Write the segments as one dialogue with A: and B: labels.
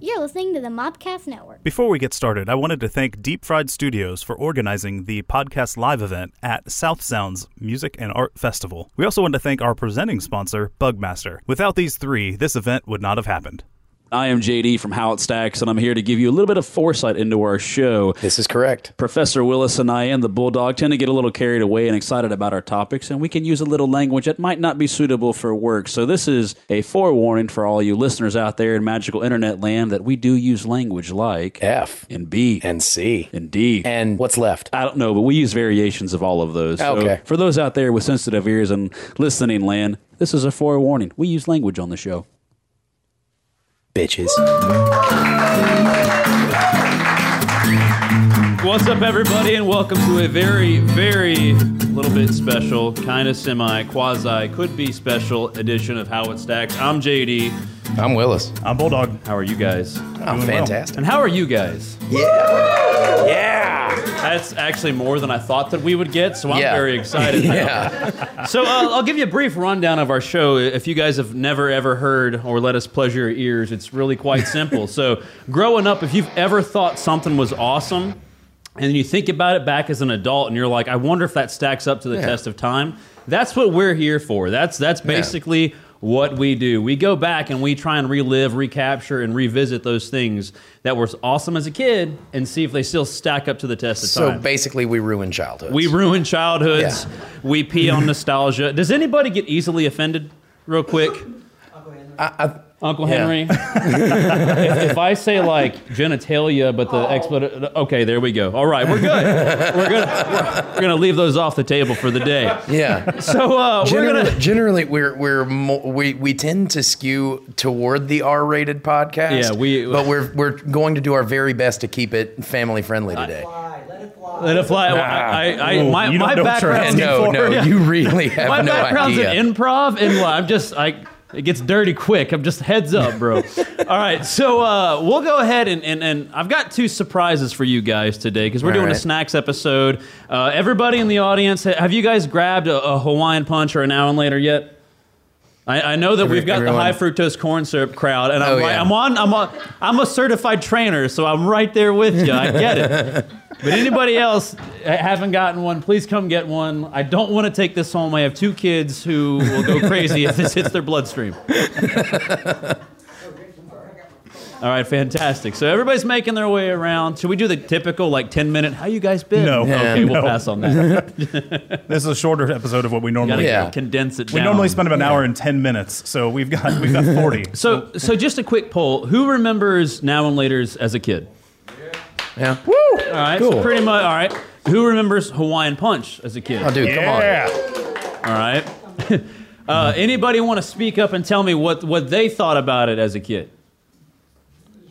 A: You're listening to the Mobcast Network.
B: Before we get started, I wanted to thank Deep Fried Studios for organizing the podcast live event at South Sounds Music and Art Festival. We also want to thank our presenting sponsor, Bugmaster. Without these three, this event would not have happened.
C: I am JD from How It Stacks, and I'm here to give you a little bit of foresight into our show.
D: This is correct.
C: Professor Willis and I and the Bulldog tend to get a little carried away and excited about our topics, and we can use a little language that might not be suitable for work. So, this is a forewarning for all you listeners out there in magical internet land that we do use language like
D: F
C: and B
D: and C
C: and D.
D: and what's left?
C: I don't know, but we use variations of all of those.
D: Okay.
C: for those out there with sensitive ears and listening land, this is a forewarning. We use language on the show.
D: Bitches.
E: What's up, everybody, and welcome to a very, very little bit special, kind of semi, quasi, could be special edition of How It Stacks. I'm JD.
D: I'm Willis.
B: I'm Bulldog.
E: How are you guys?
D: I'm
B: well.
D: fantastic.
E: And how are you guys?
D: Yeah.
E: That's actually more than I thought that we would get, so I'm
D: Yeah.
E: very excited.
D: Yeah.
E: So uh, I'll give you a brief rundown of our show. If you guys have never ever heard or let us pleasure your ears, it's really quite simple. so growing up, if you've ever thought something was awesome, and then you think about it back as an adult, and you're like, I wonder if that stacks up to the
D: Yeah.
E: test of time. That's what we're here for. That's that's basically what we do. We go back and we try and relive, recapture, and revisit those things that were awesome as a kid, and see if they still stack up to the test of
D: So
E: time.
D: basically, we ruin childhood.
E: We ruin childhoods.
D: Yeah.
E: We pee on nostalgia. Does anybody get easily offended? Real quick, Uncle Henry. if, if I say like genitalia, but the expletive, okay, there we go. All right, we're good. we're good. We're, we're gonna leave those off the table for the day.
D: yeah.
E: So uh, we're
D: Generally,
E: gonna.
D: generally, we're we're mo- we we tend to skew toward the R-rated podcast.
E: Yeah, we-
D: But we're we're going to do our very best to keep it family friendly today.
E: Let it fly. I, I, I,
B: Ooh,
E: my
B: you don't know what
E: my
B: you're
E: background.
B: asking
D: no, no, you really have
E: my
D: no
E: background's
D: idea.
E: in improv and well, I'm just I it gets dirty quick. I'm just heads up, bro. All right, so uh, we'll go ahead and, and and I've got two surprises for you guys today because we're
D: All
E: doing a
D: right.
E: snacks episode. Uh, everybody in the audience, ha- have you guys grabbed a, a Hawaiian punch or an hour later yet? I, I know that
D: Every-
E: we've got
D: everyone-
E: the high fructose corn syrup crowd, and I'm,
D: Oh,
E: right-
D: yeah.
E: I'm on. I'm a, I'm a certified trainer, so I'm right there with you. I get it. But anybody else that haven't gotten one, please come get one. I don't want to take this home. I have two kids who will go crazy if this hits their bloodstream. All right, fantastic. So everybody's making their way around. Should we do the typical like 10 minute? How you guys been?
B: No. Yeah.
E: Okay, we'll
B: No.
E: pass on that.
B: This is a shorter episode of what we
E: Gotta
B: normally
D: Yeah.
E: condense it down.
B: We normally spend about an hour and 10 minutes, so we've got we've got 40.
E: So, so just a quick poll: Who remembers now and later's as a kid?
D: yeah.
E: All right, so
D: Cool.
E: pretty much. All right, who remembers Hawaiian Punch as a kid?
D: Oh, dude,
B: yeah.
E: All right. Uh, anybody want to speak up and tell me what what they thought about it as a kid?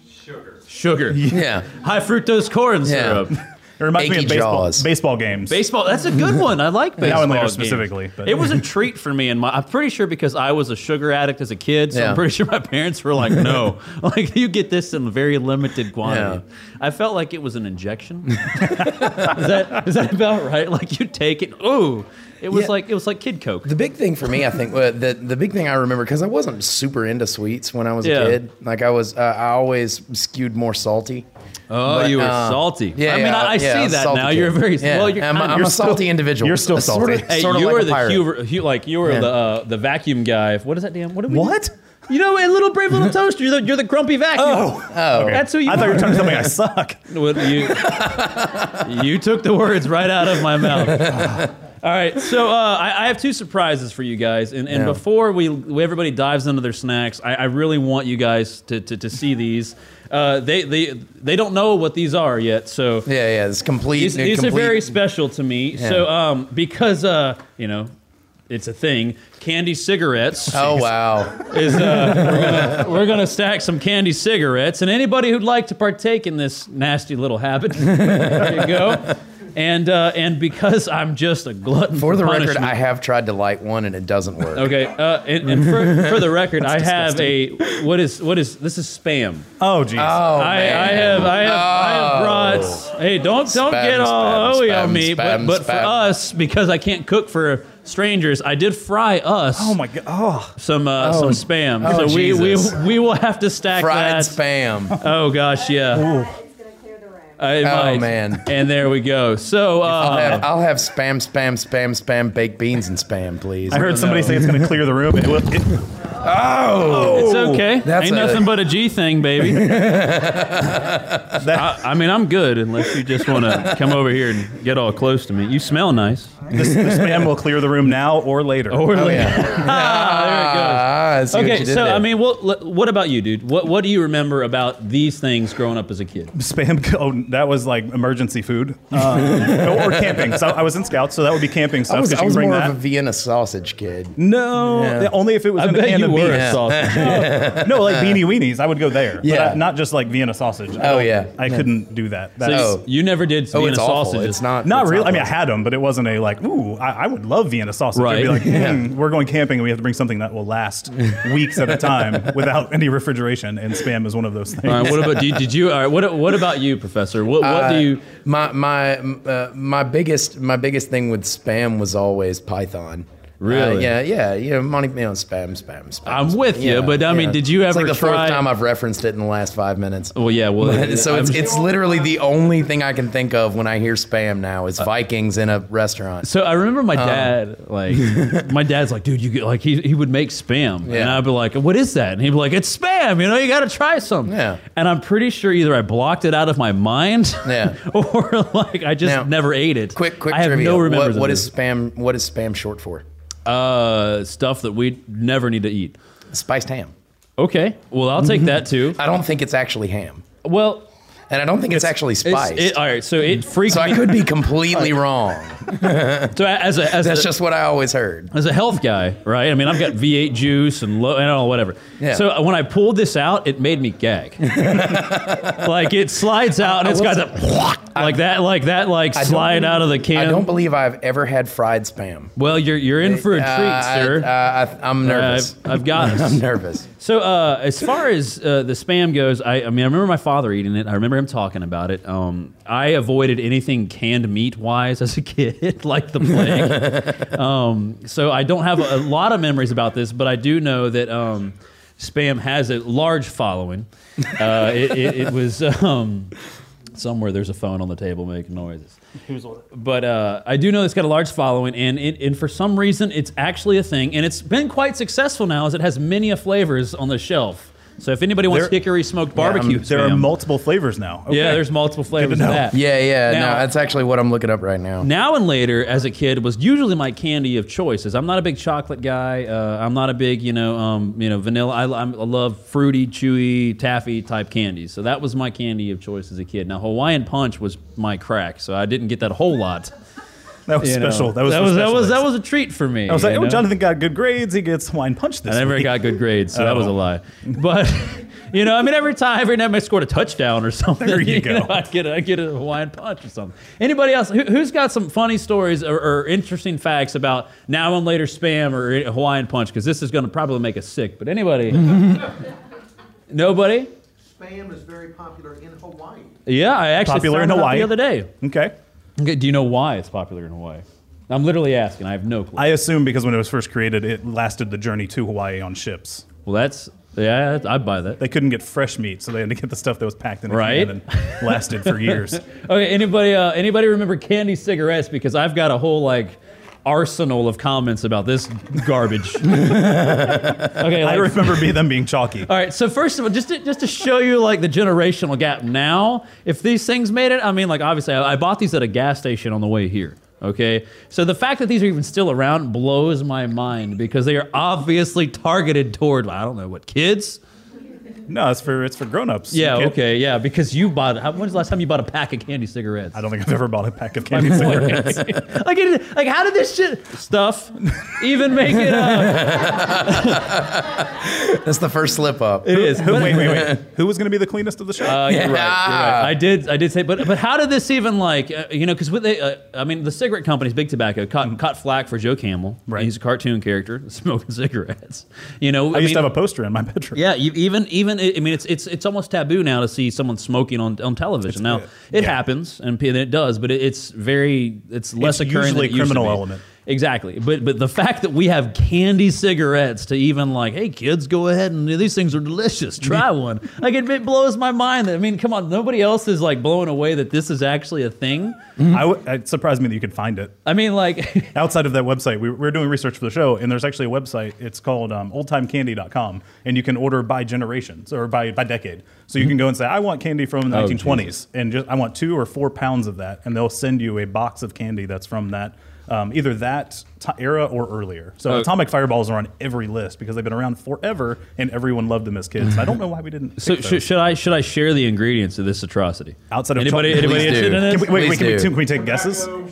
E: Sugar. Sugar.
D: come on. Yeah.
E: High fructose corn syrup.
B: It reminds me
D: Achy
B: of baseball,
D: jaws.
B: baseball games.
E: Baseball. That's a good one. I like baseball.
B: and later
E: games.
B: specifically, but-
E: It was a treat for me, and my, I'm pretty sure because I was a sugar addict as a kid. So
D: Yeah.
E: I'm pretty sure my parents were like, "No, like you get this in very limited quantity." I felt like it was an injection. is that is that about right? Like you take it. Oh, it was
D: Yeah.
E: like it was like Kid Coke.
D: The big thing for me, I think, uh, the the big thing I remember because I wasn't super into sweets when I was
E: Yeah.
D: a kid. Like I was, uh, I always skewed more salty.
E: Oh,
D: But,
E: you were
D: uh,
E: salty.
D: Yeah,
E: I mean,
D: yeah,
E: I, I
D: yeah, I
E: see
D: was a
E: that
D: salty
E: now.
D: kid.
E: You're very
D: Yeah.
E: well. You're
D: I'm,
E: kind
D: I'm
E: you're
D: a salty
E: Still,
D: individual.
B: you're still
D: That's sort of-
B: salty.
E: Hey,
D: sort of
E: you
D: like
E: were
D: a
E: the
D: pirate.
E: Hoover, Hu- like you were
D: Yeah.
E: the uh, the vacuum guy. What is that damn? What? Are we,
B: What?
E: You know, a little brave little toaster. You're the, you're the grumpy vacuum.
D: Oh,
E: That's who you
B: I thought you were trying to tell me I suck.
E: Well, you, you took the words right out of my mouth. All right, so uh, I, I have two surprises for you guys, and, and
D: Yeah.
E: before we, we- everybody dives into their snacks, I, I really want you guys to, to, to see these. Uh, they they they don't know what these are yet, so
D: yeah, yeah. It's complete.
E: these,
D: uh,
E: these are
D: complete-
E: very special to me. So um, because uh, you know, it's a thing. Candy cigarettes
D: Oh wow!
E: is uh, we're, gonna, we're gonna stack some candy cigarettes, and anybody who'd like to partake in this nasty little habit, there you go. and uh, and because I'm just a glutton
D: For the record,
E: punishment.
D: I have tried to light one and it doesn't work.
E: Okay, uh, and, and for, for the record, I have a what is what is this is spam.
B: Oh, jeez.
D: Oh,
E: I, I
D: man. Oh.
E: have I have I have brought. Hey, don't don't
D: Spam,
E: get all
D: spam,
E: oey
D: spam,
E: on me.
D: spam,
E: but but for
D: spam.
E: us, because I can't cook for strangers, I did fry us
B: oh my god. Oh,
E: some uh, some spam. so
D: Oh,
E: we, we
D: Jesus.
E: we will have to stack
D: Oh, Fried
E: that.
D: spam.
E: Oh gosh, yeah.
F: It's gonna clear the room.
E: I
D: Oh
E: might.
D: man.
E: And there we go. So
D: I'll
E: uh,
D: have, I'll have spam, spam, spam, spam, baked beans and spam, please.
B: I heard somebody
E: no.
B: say it's going to clear the room. It, will- it-
D: oh,
E: it's okay.
D: that's
E: Ain't
D: a-
E: nothing but a G thing, baby. I, I mean, I'm good unless you just want to come over here and get all close to me. You smell nice.
B: this, this man will clear the room now or later.
E: Or
D: oh yeah. Ah, I see what
E: Okay,
D: you did
E: so
D: there.
E: I mean, what l- what about you, dude? What what do you remember about these things growing up as a kid?
B: Spam. Oh, that was like emergency food. Uh, or camping. So I was in Scouts, so that would be camping stuff.
D: I was,
B: Did
D: I
B: you
D: was
B: bring
D: more
B: that?
D: of a Vienna sausage kid.
E: Oh,
B: no,
D: Yeah.
B: only if it was
E: I
B: in a
E: bet
B: can
E: you
B: of
E: were
B: beans.
E: a sausage.
B: No, like beanie weenies. I would go there.
D: Yeah.
B: But I, not just like Vienna sausage. I
D: Oh,
B: don't-
D: yeah.
B: I couldn't do that.
E: So
B: That's,
E: you- you never did
D: Oh,
E: Vienna
D: it's awful.
E: sausages.
D: It's not.
B: Not
D: it's
B: really. I mean, I
D: good.
B: had them, but it wasn't a like, ooh, I, I would love Vienna sausage. It'd
E: Right.
B: be like,
D: Yeah.
B: "Hmm, we're going camping and we have to bring something that will last weeks at a time without any refrigeration. And spam is one of those things.
E: All right, what about you? Did you? All right, what what about you, Professor? What what
D: Uh,
E: do you?
D: My my uh, my biggest my biggest thing with spam was always Python.
E: Really?
D: Uh, yeah, yeah. You know, Monty, you know, spam, spam, spam.
E: I'm
D: spam.
E: with you, but, I mean, did you
D: It's like
E: ever
D: the
E: try-
D: fourth time I've referenced it in the last five minutes.
E: Well, yeah, well,
D: so it's, it's literally the only thing I can think of when I hear spam now
E: Uh,
D: is Vikings in a restaurant.
E: So I remember
D: Um,
E: my dad, like my dad's like, dude, you get like he, he would make spam, and
D: Yeah.
E: I'd be like, what is that? And he'd be like, it's spam. You know, you got to try some.
D: Yeah.
E: And I'm pretty sure either I blocked it out of my mind,
D: Yeah.
E: or like I just
D: Now,
E: never ate it.
D: Quick, quick
E: I have
D: trivia.
E: no
D: what
E: remembrance.
D: what
E: of
D: is spam? What is spam short for?
E: this. uh stuff that we never need to eat?
D: Spiced ham.
E: Okay, well I'll take that too.
D: I don't think it's actually ham,
E: Well,
D: and I don't think it's, actually
E: it's,
D: spiced.
E: it, uh, all right. So it freaks
D: so
E: me.
D: I could be completely wrong.
E: so as a as
D: That's
E: a,
D: just what I always heard.
E: as a health guy, right? I mean, I've got V8 juice and low, I don't know, whatever.
D: Yeah.
E: So uh, when I pulled this out, it made me gag. like it slides out and it's got the like that, like that, like
D: don't
E: slide
D: believe-
E: out of the can.
D: I don't believe I've ever had fried spam.
E: well, you're you're in for a treat,
D: Uh,
E: sir.
D: I, uh, I, I'm nervous.
E: I've, I've got
D: I'm
E: it.
D: nervous.
E: So uh, as far as uh, the spam goes, I, I mean, I remember my father eating it. I remember him talking about it. Um, I avoided anything canned meat wise as a kid, like the plague. um, so I don't have a, a lot of memories about this, but I do know that um, spam has a large following. Uh, it, it, it was um, somewhere there's a phone on the table making noises. But uh, I do know it's got a large following, and it, and for some reason, it's actually a thing, and it's been quite successful now, as it has many of flavors on the shelf. So if anybody wants
B: There- um,
E: hickory smoked barbecue,
B: there are
E: spam-
B: multiple flavors now. Okay.
E: yeah, there's multiple flavors of
B: know.
E: that.
D: Yeah, yeah.
E: Now-
D: no, that's actually what I'm looking up right now.
E: Now and later, as a kid, was usually my candy of choices. I'm not a big chocolate guy. Uh, I'm not a big, you know, um, you know, vanilla. I, I'm- I love fruity, chewy, taffy type candies. So that was my candy of choice as a kid. Now Hawaiian Punch was my crack, so I didn't get that a whole lot.
B: that was
E: you know.
B: special. That was
E: that
B: for
E: was that
B: special
E: was,
B: days.
E: that was a treat for me.
B: I was
E: you
B: like, oh,
E: know?
B: Jonathan got good grades. He gets wine punch this
E: I never
B: week.
E: got good grades, so that was a
B: Oh.
E: lie. But you know, I mean, every time, every time I scored a touchdown or something,
B: There you go.
E: know, I get a, I get a Hawaiian punch or something. Anybody else who, who's got some funny stories or, or interesting facts about now and later spam or Hawaiian punch? Because this is going to probably make us sick. But anybody? Nobody?
G: Spam is very popular in Hawaii.
E: Yeah, I actually
B: Popular
E: found
B: in
E: that out
B: Hawaii.
E: the other day.
B: Okay.
E: Okay, do you know why it's popular in Hawaii? I'm literally asking. I have no clue.
B: I assume because when it was first created, it lasted the journey to Hawaii on ships.
E: well, that's yeah, I buy that.
B: They couldn't get fresh meat, so they had to get the stuff that was packed in a
E: Right.
B: can and lasted for years.
E: Okay, anybody uh, anybody remember candy cigarettes? Because I've got a whole like arsenal of comments about this garbage. okay,
B: I
E: like,
B: remember be them being chalky.
E: all right. So first of all, just to, just to show you like the generational gap now, if these things made it, I mean, like obviously, I, I bought these at a gas station on the way here. Okay, so the fact that these are even still around blows my mind because they are obviously targeted toward I don't know what kids.
B: No, it's for it's for grown-ups. You
E: Yeah,
B: can't-
E: okay, yeah, because you bought. How, when's the last time you bought a pack of candy cigarettes?
B: I don't think I've ever bought a pack of candy cigarettes.
E: like, it, like, how did this shit stuff even make it up?
D: That's the first slip up.
E: It is.
B: Who-
E: but-
B: wait, wait, wait. Who was going to be the cleanest of the show?
E: Uh, you're right, you're right.
D: Yeah.
E: I did. I did say, but but how did this even like uh, you know because with they, uh, I mean the cigarette companies, Big Tobacco, caught caught flack for Joe Camel.
B: Right.
E: he's a cartoon character smoking cigarettes. You know,
B: I, used to have a poster in my bedroom.
E: yeah, you, even even I I mean it's it's it's almost taboo now to see someone smoking on, on television. now
B: yeah.
E: it
B: Yeah.
E: happens and p- it does, but it, it's very it's less
B: It's
E: occurring
B: usually
E: than it used to
B: criminal
E: be.
B: element.
E: Exactly, but but the fact that we have candy cigarettes to even like, hey kids, go ahead and these things are delicious. Try one. Like it, it blows my mind. That, I mean, come on, nobody else is like blown away that this is actually a thing.
B: I w- it surprised me that you could find it.
E: I mean, like
B: Outside of that website, we, we were doing research for the show, and there's actually a website. It's called um, oldtimecandy.com, and you can order by generations or by, by decade. So
E: Mm-hmm.
B: you can go and say, I want candy from
E: Oh,
B: the 1920s, and just I want two or four pounds of that, and they'll send you a box of candy that's from that. Um, either that t- era or earlier.
E: Oh.
B: So atomic fireballs are on every list because they've been around forever, and everyone loved them as kids. I don't know why we didn't.
E: so
B: pick
E: sh-
B: those.
E: should I should I share the ingredients of this atrocity?
B: Outside of
E: anybody
B: chocolate,
E: anybody
D: please do.
E: interested in
B: Can
E: this?
B: we, wait, wait, can we,
D: Please do.
B: can we take guesses?
G: Oh,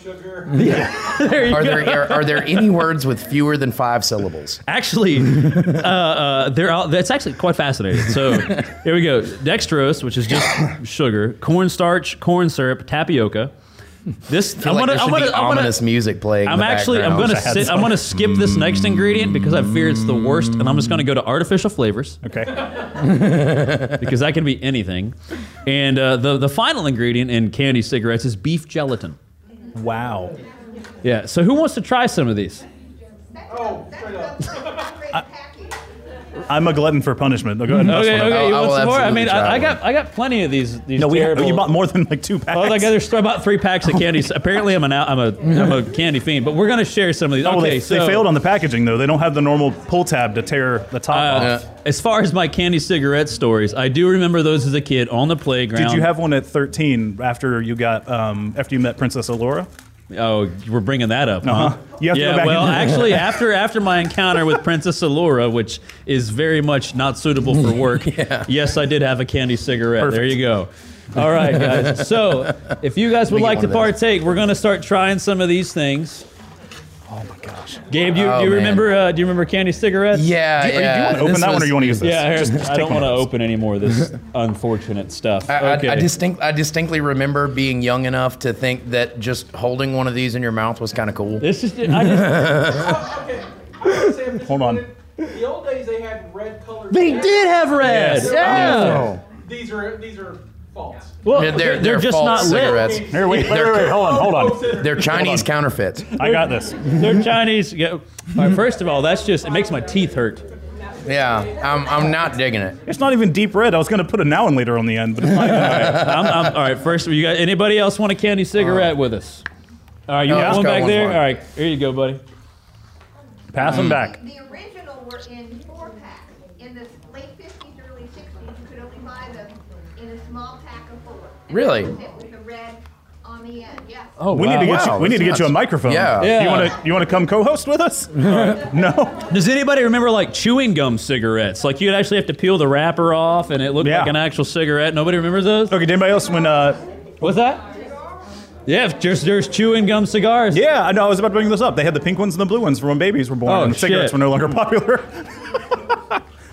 D: Are there are, are there any words with fewer than five syllables?
E: Actually, uh, uh, they're all, that's actually quite fascinating. So here we go: dextrose, which is just sugar, cornstarch, corn syrup, tapioca. This
D: I
E: I'm
D: feel like
E: gonna,
D: there should
E: I'm gonna,
D: be
E: I'm gonna,
D: ominous music playing. in
E: I'm
D: the
E: actually I'm
D: background.
E: gonna
B: had
E: sit, I'm
B: some.
E: gonna skip this next ingredient because I fear it's the worst, and I'm just gonna go to artificial flavors
B: Okay.
E: because that can be anything. And uh, the the final ingredient in candy cigarettes is beef gelatin.
B: Wow.
E: Yeah. So who wants to try some of these?
B: I'm a glutton for punishment. No, go ahead. That's
E: Okay.
B: what I-
E: Okay.
D: I
E: You
D: will
E: want some more? I
D: absolutely
E: mean,
D: try
E: I, I
D: one.
E: got I got plenty of these. these
B: No, we
E: terrible,
B: you bought more than like two packs.
E: Oh, like I just I bought three packs
B: Oh
E: of candy. Apparently, I'm an out- I'm a I'm a candy fiend. But we're gonna share some of these.
B: Oh, well,
E: okay,
B: they,
E: so
B: they failed on the packaging though. They don't have the normal pull tab to tear the top off.
E: Uh, As far as my candy cigarette stories, I do remember those as a kid on the playground.
B: Did you have one at 13 after you got um, after you met Princess Alora?
E: Oh, we're bringing that up,
B: Uh-huh.
E: huh?
B: You have to
E: yeah.
B: go back
E: well,
B: and-
E: actually, after after my encounter with Princess Alora, which is very much not suitable for work, yes, I did have a candy cigarette. There
B: Perfect.
E: you go. All right, guys. So, if you guys would like
D: Let me get one
E: to
D: of those.
E: partake, we're gonna start trying some of these things. Oh my gosh, Gabe, do you,
D: Oh,
E: do you
D: man.
E: remember? Uh, do you remember candy cigarettes?
D: Yeah,
B: Do you,
D: yeah.
B: want to open
D: This
B: that one
D: was-
B: or you want to use this?
E: Yeah, here- I
B: take
E: don't
B: one
E: want to
B: of those.
E: open any more of this unfortunate stuff.
D: I,
E: okay.
D: I, I distinct, I distinctly remember being young enough to think that just holding one of these in your mouth was kind of cool.
E: this is. I just,
G: Oh, Okay, I would say if this
B: Hold on.
G: one- The old days they had red colored.
E: they did have red.
B: Yes.
E: Yeah.
G: These are these are false.
E: Well,
D: They're, they're, they're
E: just
D: false
E: not lit.
D: cigarettes.
B: Here, wait, wait,
D: They're-
B: wait, wait, hold on, hold on.
D: They're Chinese counterfeits.
B: I got this.
E: They're Chinese. Yeah. All right, first of all, that's just it makes my teeth hurt.
D: Yeah, I'm, I'm not digging it.
B: It's not even deep red. I was going to put a now and later on the end, but it's not even
E: I'm, I'm, all right, first you got anybody else want a candy cigarette with us? All right, you
D: No,
E: got
D: let's
E: one
D: go
E: back
D: one
E: there.
D: more.
E: All right, here you go, buddy.
B: pass them back.
F: The original were in four pack. In the late fifties, early sixties, you could only buy them in a small pack of four. And
D: Really?
F: that was it, With the red on the end, yes.
E: Oh,
B: We need to get
D: Wow,
B: you. We need to get
D: that's
B: you a
D: nuts.
B: microphone.
D: Yeah.
E: Yeah.
B: You want to? You want to come co-host with us? no.
E: Does anybody remember like chewing gum cigarettes? Like you'd actually have to peel the wrapper off, and it looked
B: Yeah.
E: like an actual cigarette. Nobody remembers those.
B: Okay. Did anybody else? When uh,
E: What's that? Yeah, just there's chewing gum cigars.
B: Yeah, I know. I was about to bring this up. They had the pink ones and the blue ones for when babies were born,
E: Oh,
B: and
E: shit.
B: cigarettes were no longer popular.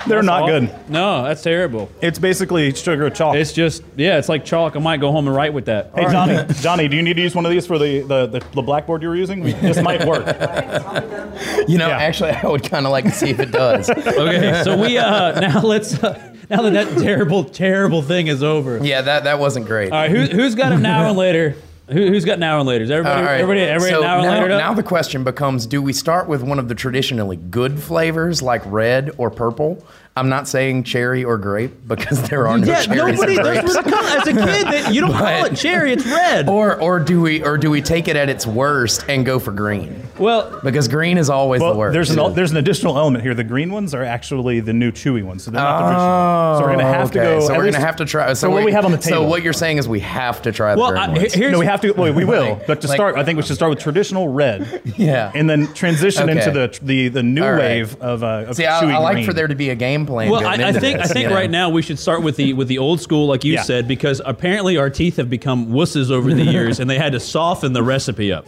B: They're not good.
E: No, that's terrible.
B: It's basically sugar with chalk.
E: It's just yeah, it's like chalk. I might go home and write with that.
B: hey, Johnny, Johnny, do you need to use one of these for the, the, the, the blackboard you were using? This might work.
D: You know,
B: Yeah.
D: actually, I would kind of like to see if it does.
E: Okay, so we uh now let's uh, now that that terrible terrible thing is over.
D: yeah, that, that wasn't great.
E: All right, who, who's got an hour and later? Who, who's got an hour and later? Is everybody,
D: All right.
E: everybody, everybody
D: so
E: an hour and
D: now,
E: later?
D: now the question becomes: Do we start with one of the traditionally good flavors like red or purple? I'm not saying cherry or grape because there are no cherries or grapes.
E: as a kid that you don't
D: call it
E: cherry, it's red.
D: Or or do we or do we take it at its worst and go for green?
E: well,
D: Because green is always the
B: Well,
D: worst.
B: there's an there's an additional element here. The green ones are actually the new chewy ones, so they're not the original. So we're gonna have to
D: Oh, okay.
B: go.
D: So
B: at
D: we're
B: least-
D: gonna have to try.
B: So, what we have on the table?
D: So what you're saying is we have to try the
E: well,
D: green
E: I,
D: ones.
E: here's
B: no, we have to. Well, we will.
D: Like-
B: but to
D: like-
B: start, I think we should start with traditional red.
D: Yeah.
B: And then transition
D: Okay.
B: into the the, the new
D: All right.
B: wave of uh, of
D: See, I,
B: chewy
D: I like
B: green.
D: for there to be a game plan.
E: Well, I,
D: going
E: I
D: into
E: think I
D: this,
E: think
D: you know?
E: right now we should start with the with the old school, like you
B: Yeah.
E: said, because apparently our teeth have become wusses over the years, and they had to soften the recipe up.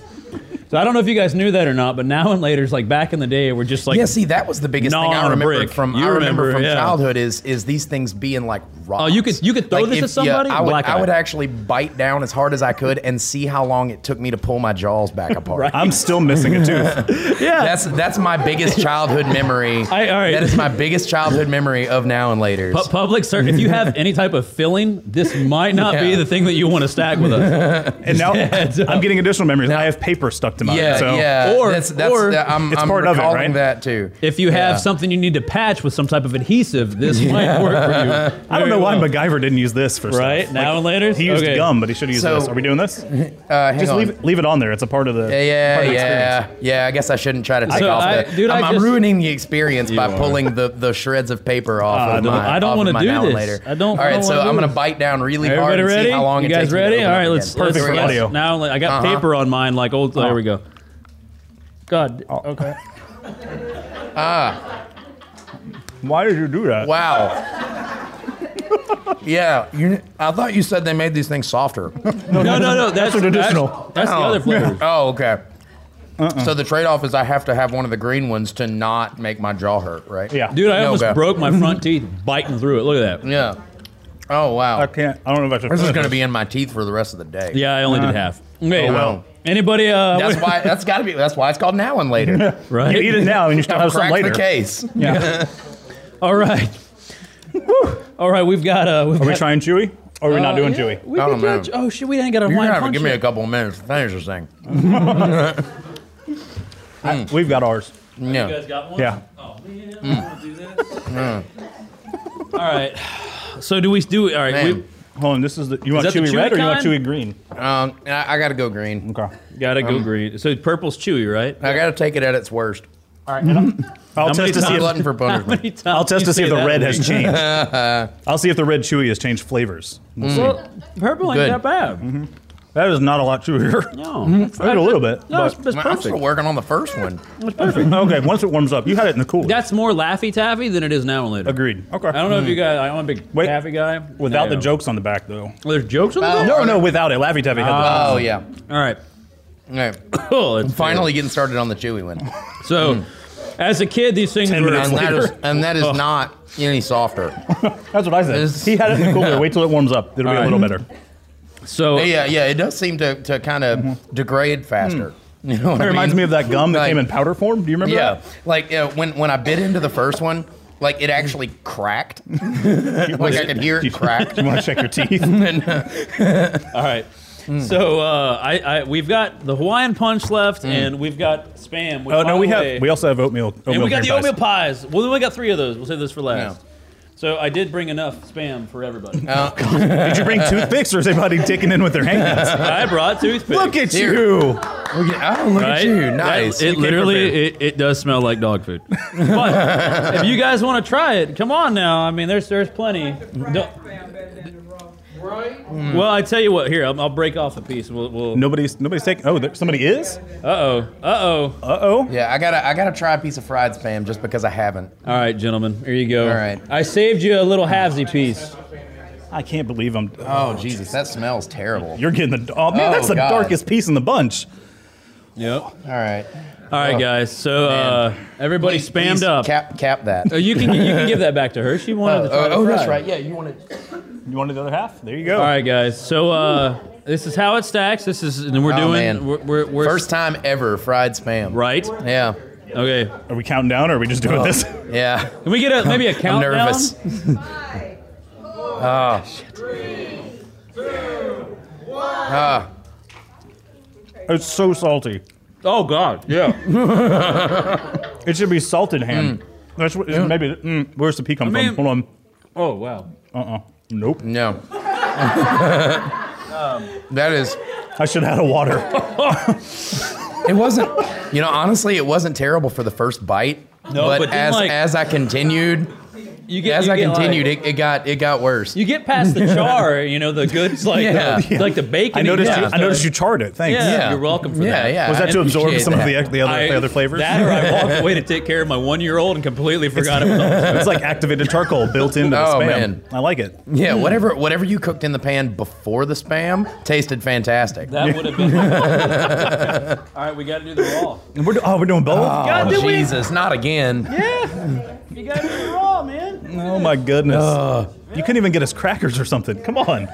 E: So I don't know if you guys knew that or not, but now and later, it's like back in the day, we're just like
D: yeah, see, that was the biggest thing
E: gnaw on
D: I
E: a
D: remember
E: brick.
D: from
E: You
D: I remember,
E: remember,
D: from
E: yeah.
D: childhood is is these things being like rocks.
E: Oh, you could- you could throw this
D: if-
E: at somebody?
D: Yeah, I would,
E: Black
D: I
E: eye.
D: would actually bite down as hard as I could and see how long it took me to pull my jaws back apart.
B: I'm still missing a tooth.
E: yeah.
D: That's that's my biggest childhood memory.
E: I- all right.
D: That is my biggest childhood memory of now and later.
E: Pu- public service. If you have any type of filling, this might not be
D: Yeah.
E: the thing that you want to stack with us.
B: And now
E: Heads up.
B: I'm getting additional memories. I have paper stuck to mine.
D: yeah,
B: so
D: yeah.
E: or-
D: that's, that's,
E: or-
D: that- I'm,
B: It's
D: I'm
B: part of it,
D: recalling
B: right?
D: that too.
E: If you
D: Yeah.
E: have something you need to patch with some type of adhesive, this might work for you.
B: I don't
E: very
B: know why
E: well.
B: MacGyver didn't use this for
E: Right?
B: stuff.
E: Now and later?
B: He used
E: Okay.
B: gum, but he should have used
D: So-
B: this. Are we doing this?
D: Uh, hang
B: Just
D: on.
B: leave, leave it on there. It's a part of the
D: Yeah,
B: part of the
D: yeah,
B: experience.
D: yeah. I guess I shouldn't try to take
E: So
D: off
E: I-
D: the.
E: dude, I
D: I'm, I'm
E: just-
D: ruining the experience by pulling the, the shreds of paper off
E: I
D: of
E: don't-
D: my.
E: Ah, I don't
D: off of
E: wanna
D: my
E: do
D: now and
E: this.
D: Later.
E: I don't-
D: All
E: I
D: right,
E: don't
D: so
E: wanna do
D: I'm gonna
E: this.
D: bite down really hard
E: Everybody
D: and
E: ready?
D: see how long
E: you
D: it
E: guys
D: takes.
E: ready?
D: Me to
E: All
D: open up
E: right,
D: again.
E: let's, let's
B: Perfect for
E: let's-
B: audio.
E: Now like, I got
D: Uh-huh.
E: paper on mine. Like old. There we go. God.
D: Oh.
E: Okay.
B: Why did you do that?
D: Wow. yeah, you, I thought you said they made these things softer.
E: No, no, no. That's
B: an additional.
E: That's, that's the other flavor.
D: Oh, okay.
E: Uh-uh.
D: So the trade-off is I have to have one of the green ones to not make my jaw hurt, right?
B: Yeah.
E: Dude, I
D: No,
E: almost
D: okay.
E: broke my front teeth biting through it. Look at that.
D: Yeah. Oh
B: I
D: wow.
B: can't. I don't know if I should.
D: This is
B: finish
D: gonna be in my teeth for the rest of the day.
E: Yeah, I only did half. Okay.
D: Oh, wow.
E: Anybody? Uh,
D: That's why. That's gotta be. That's why it's called now and later.
E: Right.
B: You eat it now and you still have some
D: Crack
B: later.
D: the case.
B: Yeah.
E: All right. Whew. All right, we've got. Uh, we've
B: Are we
E: got-
B: trying chewy? Or are we not
E: Uh,
B: doing
E: yeah,
B: chewy?
E: We
D: I
E: could
D: don't know.
E: do- Oh shit, we didn't get a
D: You're
E: wine
D: gonna have to
E: punch
D: give me
E: yet.
D: a couple of minutes to finish this thing.
B: Uh, We've got ours.
E: You
D: Yeah.
E: guys got one?
B: Yeah.
E: Oh man, I
D: Mm.
E: want to do this. all right. So do we do? All right,
D: Man,
E: we
B: Hold on. This is the. You want
E: that the
B: chewy,
E: chewy
B: red or you want
E: kind?
B: chewy green?
D: um, I, I gotta go green.
B: Okay.
E: gotta go green. So purple's chewy, right?
D: I gotta take it at its worst.
B: I'll
E: How many
B: test to see
E: times-
D: I'm
B: if
D: glutton for punishment.
B: I'll test to see if the red has changed. I'll see if the red chewy has changed flavors.
E: Well, purple ain't
D: Good.
E: that bad.
B: That is not a lot chewier.
E: No,
B: Mm-hmm. I did a little bit.
E: no, it's,
B: but-
E: it's
D: I'm still
E: perfect.
D: working on the first one.
B: okay, once it warms up, you had it in the cooler.
E: That's more laffy taffy than it is now and later.
B: Agreed. Okay.
E: I don't know if you guys. I'm a big
B: Wait.
E: taffy guy.
B: Without
E: No.
B: the Uh, jokes on the back, though.
E: Well, there's jokes on the
D: Oh.
E: back?
B: No, no, without it. Laffy Taffy had the.
D: Oh yeah.
E: All right.
D: All right.
E: Cool. it's
D: Finally getting started on the chewy one,
E: good. So, as a kid, these things
B: Mm. Ten
E: were.
B: minutes
D: and that is and that is
E: Oh.
D: not any softer.
B: That's what I said.
D: This-
B: He had it in the cooler. Wait till it warms up. It'll be a little better.
E: So
D: Yeah, yeah. It does seem to, to kind of degrade faster. You know what
B: It
D: I
B: reminds
D: mean?
B: me of that gum that
D: Like-
B: came in powder form. Do you remember
D: Yeah, like uh, when when I bit into the first one, like it actually cracked. like I could hear it crack.
B: that? Do you want to check your teeth?
D: uh,
E: All right.
B: Mm.
E: So uh, I, I we've got the Hawaiian punch left, and we've got spam.
B: Mm.
E: which,
B: oh,
E: by
B: no,
E: the
B: we
E: way-
B: have. We also have oatmeal. oatmeal
E: and we got the
B: cream pies.
E: oatmeal pies. Well, we only got three of those. We'll save those for last. So I did bring enough spam for everybody.
D: Uh,
B: Did you bring toothpicks or is everybody taking in with their hands?
E: I brought toothpicks.
B: Look at
D: Here.
B: you.
D: look at, oh, look
E: Right?
D: at you!
E: That-
D: Nice. You
E: it
D: came
E: literally
D: prepared.
E: it, it does smell like dog food. But if you guys want to try it, come on now. I mean, there's there's plenty. Don't-
G: Right?
D: Mm.
E: well, I tell you what. Here, I'll, I'll break off a piece. We'll. we'll
B: Nobody's nobody's taking. Oh, there, somebody is.
E: uh oh. Uh oh.
B: Uh oh.
D: Yeah, I gotta I gotta try a piece of fried spam just because I haven't.
E: All right, gentlemen. Here you go.
D: All right.
E: I saved you a little halvesy piece.
B: I can't believe I'm.
D: Oh Jesus, that smells terrible.
B: You're getting the. Oh man,
D: Oh,
B: that's the
D: God.
B: darkest piece in the bunch.
E: Yep. All
D: All right,
E: right, guys. So uh, everybody
D: Please-
E: spammed
D: Oh. please
E: up.
D: Cap cap that.
E: Uh, you can you can give that back to her. She wanted to try
D: Uh,
E: to
D: oh,
E: fry.
D: that's right. Yeah, you wanted.
B: You wanted the other half? There you go.
E: All right, guys. So uh, this is how it stacks. This is and we're
D: Oh,
E: doing
D: man.
E: we're, we're, we're
D: First time ever fried spam.
E: right.
D: Yeah.
E: Okay. Can
B: Are we counting down or are we just doing this?
D: Yeah.
E: we get a maybe a
D: I'm
E: countdown?
D: nervous.
F: Five,
D: Oh. Ah.
B: It's so salty.
E: Oh God. Yeah.
B: It should be salted ham. That's what, maybe. Mm, where's the pea come
E: I mean-
B: from? Hold
E: Oh wow.
B: on. Uh uh Nope.
D: No. Um, that is.
B: I should have had a water.
D: It wasn't. You know, honestly, it wasn't terrible for the first bite.
E: No, but then,
D: as
E: like-
D: as I continued,
E: you get
D: As
E: you
D: I
E: get, like-
D: continued, it, it got it got worse.
E: you get past the char, you know, the goods like
D: Yeah.
E: the, like the bacon.
B: I noticed.
E: that
B: You,
E: you
B: I noticed you charred it. Thanks.
E: Yeah,
D: Yeah.
E: you're welcome for
D: Yeah,
E: that.
D: yeah.
B: Was that
D: I
B: to absorb
D: appreciate
B: some of
D: that.
B: the the other,
E: I-
B: the other flavors?
E: That or I walked away to take care of my one year old and completely forgot it was on.
B: it's like activated charcoal built into the
D: Oh,
B: spam.
D: man.
B: I like it.
D: Yeah, whatever whatever you cooked in the pan before the spam tasted fantastic.
E: That would have been. All right, we got to do the raw.
B: And we're do- oh, we're doing both.
E: God, did we-
D: Jesus, not again.
E: You got to do the raw, man.
B: Oh my goodness. you couldn't even get us crackers or something. Come on.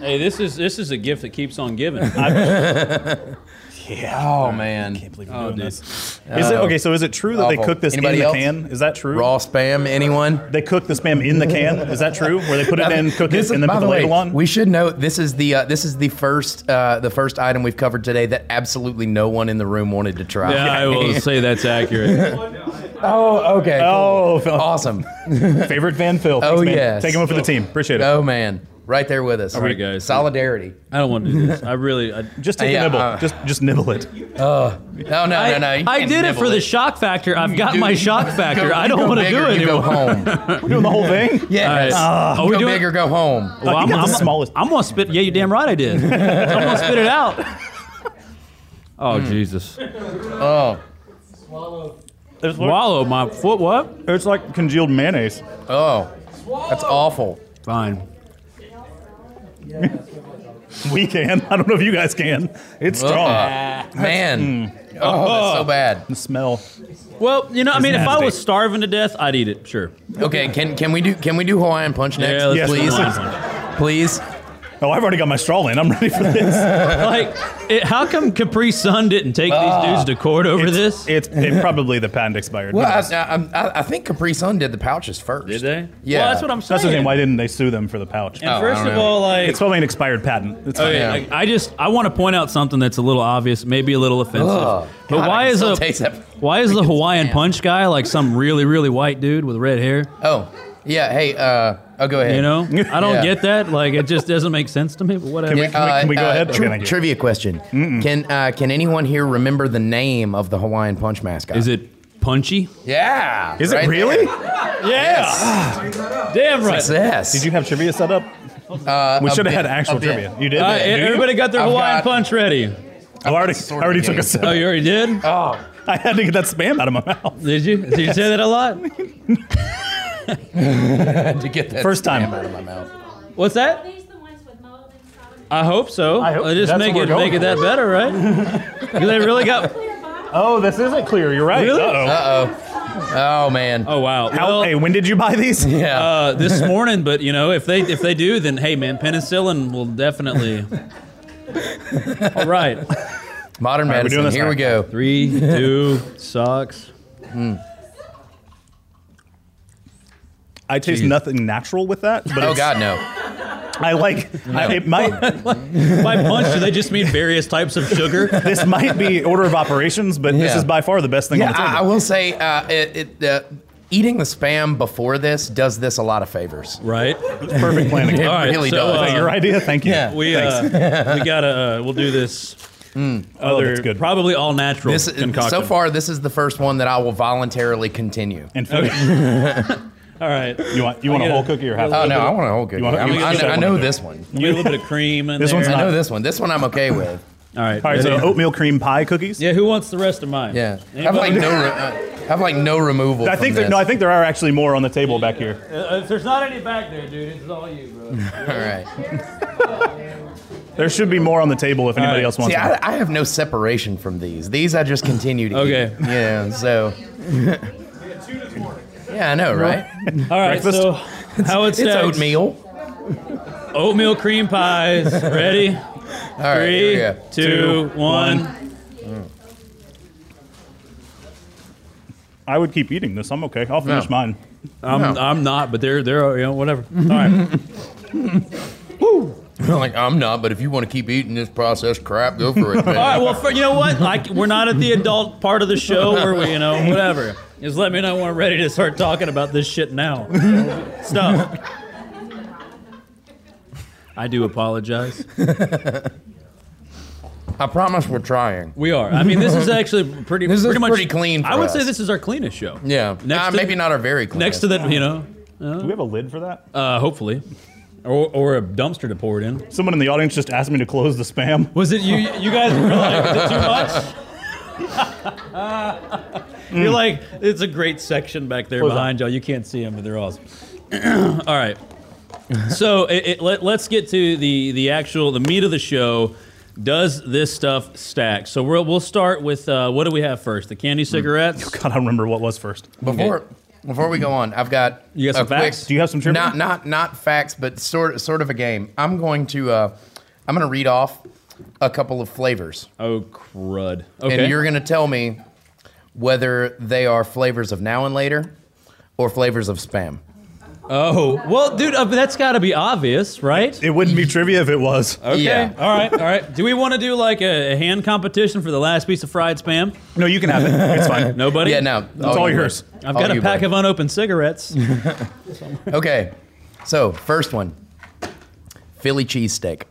E: Hey, this is this is a gift that keeps on giving.
D: Oh man.
B: can't believe you're doing this. Is it okay? So is it true that they
D: Awful.
B: cook this
D: Anybody
B: in the
D: else?
B: can? Is that true?
D: Raw spam, anyone?
B: They cook the spam in the can. Is that true? Where they put it in, cook
D: This
B: it,
D: is-
B: and then
D: by
B: put the,
D: the way,
B: ladle on?
D: We should note this is the uh, this is the first uh, the first item we've covered today that absolutely no one in the room wanted to try.
E: yeah, I will say that's accurate.
D: oh, okay.
B: Oh, Phil.
D: awesome.
B: favorite Van Phil.
D: Oh,
B: Thanks, man.
D: yes.
B: Take him up for the team. Appreciate it.
D: Oh man, right there with us. All
E: right, guys.
D: Solidarity.
E: I don't want to do this. I really. I, just
B: Just take
D: Yeah,
B: a nibble.
D: uh,
B: just just nibble it.
D: No, no, no, no. you
H: I
D: can't
H: did it
D: nibble
H: for the shock factor. I've got
D: do-
H: my shock
D: Go-
H: factor. I
D: you
H: don't
D: go
H: want to
D: big
H: do
D: or
H: it
D: You go
H: anymore.
D: home.
B: We're doing the whole thing.
D: Yes.
H: Are we
D: go
H: doing?
D: big or go home.
H: Well,
B: You
H: I'm,
B: got the
H: I'm,
B: smallest-
H: I'm gonna spit. Yeah, you damn right I did. I'm gonna spit it out.
E: oh Jesus!
D: Oh,
B: It's, like,
E: Swallow my foot. What?
B: it's like congealed mayonnaise.
D: oh, that's awful.
H: Fine.
B: We can. I don't know if you guys can. It's strong.
D: Uh,
B: hmm.
D: Man, oh, that's so bad.
B: The smell.
E: Well, you know, I mean, if I
B: nasty.
E: was starving to death, I'd eat it. Sure.
D: Okay, can can we do can we do Hawaiian punch next,
E: Yeah, let's
B: Yes,
E: do
D: please?
E: Hawaiian punch.
D: Please.
B: Oh, I've already got my straw in. I'm ready for this.
H: Like, it, how come Capri Sun didn't take these dudes to court over this?
B: It's, it's probably the patent expired.
D: Well,
B: that's,
D: I, I, I, I think Capri Sun did the pouches first.
E: Did they?
D: Yeah.
E: Well, that's what I'm saying.
B: that's the thing. Why didn't they sue them for the pouch?
E: And
D: Oh, I
E: first
D: don't
E: of
D: know.
E: all, like,
B: It's probably an expired patent. It's fine.
E: okay,
D: Yeah.
E: like,
H: I just I want to point out something that's a little obvious, maybe a little offensive.
D: Ugh.
H: but
D: God, I
H: why
D: can
H: is
D: still
H: a
D: taste that.
H: why is the Hawaiian punch guy like some really really white dude with red hair?
D: Oh, yeah. Hey, uh, oh, go ahead.
H: You know, I don't
D: Yeah. uh,
H: get that. Like it just doesn't make sense to me. But whatever.
B: Can we- can we go ahead?
D: tri-
B: Okay, thank you.
D: trivia question: Can uh, can anyone here remember the name of the Hawaiian Punch mascot?
H: is it punchy?
D: Yeah.
B: Is it
D: right
B: really?
D: there.
E: yeah, damn right.
D: Success.
B: Did you have trivia set up? we
D: a
B: should have had
D: bit,
B: actual
D: a bit. Uh,
B: trivia. You did.
E: All
H: Uh,
E: right,
B: Do you?
E: everybody got their
D: I've
E: Hawaiian
D: got-
E: punch ready.
B: I already, I
D: Sort of
B: already took
D: game,
B: a sip.
E: Oh, you already did?
D: Oh,
B: I had to get that spam out of my mouth.
E: Did you? Did you say that a lot?
D: had to get that
B: First time.
D: spam out of my mouth.
E: What's that? I hope so.
B: I hope-
E: Uh, just
B: that's
E: make
B: where
E: it
B: we're
E: make it that better, right? they really got.
B: Oh, this isn't clear. You're right.
E: Really?
B: Uh-oh.
D: Oh man.
E: Oh wow.
B: How,
E: well,
B: hey, when did you buy these?
D: yeah.
E: uh, this morning, but you know, if they if they do, then hey man, penicillin will definitely. All right,
D: Modern
B: right, we're
D: medicine.
B: doing this
D: Here
B: now.
D: we go.
E: three, two, socks.
B: I taste nothing natural with that, but
D: Oh
B: it's-
D: God, no.
B: I like. I, it might.
E: By punch, do they just mean various types of sugar?
B: this might be order of operations, but this
D: Yeah.
B: is by far the best thing
D: Yeah,
B: on the table.
D: I, I will say uh, it, it, uh, eating the spam before this does this a lot of favors.
E: Right.
B: Perfect planning.
E: All right.
D: really
E: so,
D: does.
E: uh,
B: Is that your idea? Thank you.
D: Yeah.
E: we uh, we gotta uh, we'll do this.
B: Oh,
E: Other
B: that's good.
E: probably all natural
D: This is,
E: concoction.
D: so far, this is the first one that I will voluntarily continue.
B: And Phil,
E: All right.
B: you want you want a
E: get
B: whole
E: a-
B: cookie or half?
D: Oh no, I want a whole good.
B: You want-
D: I, mean,
B: you
D: I,
B: said
D: kn- I
B: one
D: know
B: there.
D: this one.
E: You a little bit of cream in
B: This
E: there.
B: one's
D: I
B: not-
D: know this one. This one I'm okay with.
E: All right.
B: All right, so oh.
E: ready?
B: oatmeal cream pie cookies.
E: yeah, who wants the rest of mine?
D: Yeah, I have like
E: Anybody?
D: no, re- uh, I have like no removal.
B: I think
D: from
B: there, no, I
D: this.
B: think there are actually more on the table back here.
E: Uh, if there's not any back there, dude, it's all you, bro.
D: All right.
B: There should be more on the table if anybody
E: right.
B: else wants.
D: See,
B: them.
D: I, I have no separation from these. These I just continue to.
E: Okay.
D: Eat. Yeah. So. yeah, I know, right?
E: All right.
B: Breakfast?
E: So how it
D: It's
E: stacks.
D: oatmeal.
E: Oatmeal cream pies. Ready?
D: All right.
E: Three,
D: here we go.
E: two, one.
B: I would keep eating this. I'm okay. I'll finish
D: Yeah.
B: mine.
E: I'm,
D: No.
E: I'm not, but they're they're you know whatever. All right.
D: like I'm not, but if you want to keep eating this processed crap, go for it.
E: All right. Well, for, you know what? Like we're not at the adult part of the show where we you know whatever. Just let me know when we're ready to start talking about this shit now. Stuff. I do apologize.
D: I promise we're trying.
E: We are. I mean, this is actually pretty.
D: This is
E: pretty much,
D: pretty clean for
E: I would
D: us.
E: say this is our cleanest show.
D: Yeah,
E: Next
D: Nah,
E: to-
D: maybe not our very clean.
E: Next to that, you know,
B: Do we have a lid for that?
H: Uh, hopefully. Or, or a dumpster to pour it in.
B: Someone in the audience just asked me to close the spam.
H: Was it you? You guys were like, "Is it too much?
D: Mm.
H: You're like, it's a great section back there behind y'all. You can't see them, but they're awesome. all right. So it, it, let,
E: Let's get to the the actual the meat of the show. Does this stuff stack? So we'll we'll start with uh, what do we have first? The candy
D: Mm.
E: cigarettes.
B: God, I don't remember what was first.
D: Before before we go on, I've got
E: You got some
D: a quick-
E: facts?
B: Do you have some trivia?
D: Not not not facts, but sort sort of a game. I'm going to uh, I'm going to read off a couple of flavors,
E: Oh crud. Okay.
D: and you're going to tell me whether they are flavors of now and later or flavors of spam.
E: oh
H: well, dude, uh, that's got to be obvious, right?
B: It wouldn't be trivia if it was.
E: Okay.
D: Yeah.
E: All right. All right. Do we want to do like a, a hand competition for the last piece of fried spam?
B: No, you can have it. It's fine.
E: Nobody.
D: Yeah, no,
B: It's all yours.
E: I've got
D: all
E: a
D: you,
E: pack
D: buddy.
E: of unopened cigarettes.
D: Okay, so first one, Philly cheesesteak.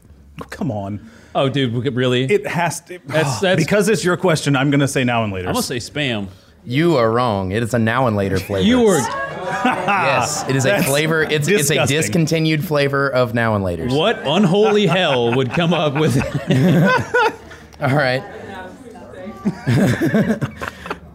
B: Come on.
E: oh, dude, we could really?
B: It has to.
E: That's- that's-
B: because it's your question, I'm going to say now and later.
E: I'm gonna say spam.
D: You are wrong. It is a now and later flavor.
E: You were Ah,
D: yes. It is a
B: That's
D: flavor. It's it's a
B: disgusting.
D: discontinued flavor of now and later.
E: what unholy hell would come up with?
D: All right.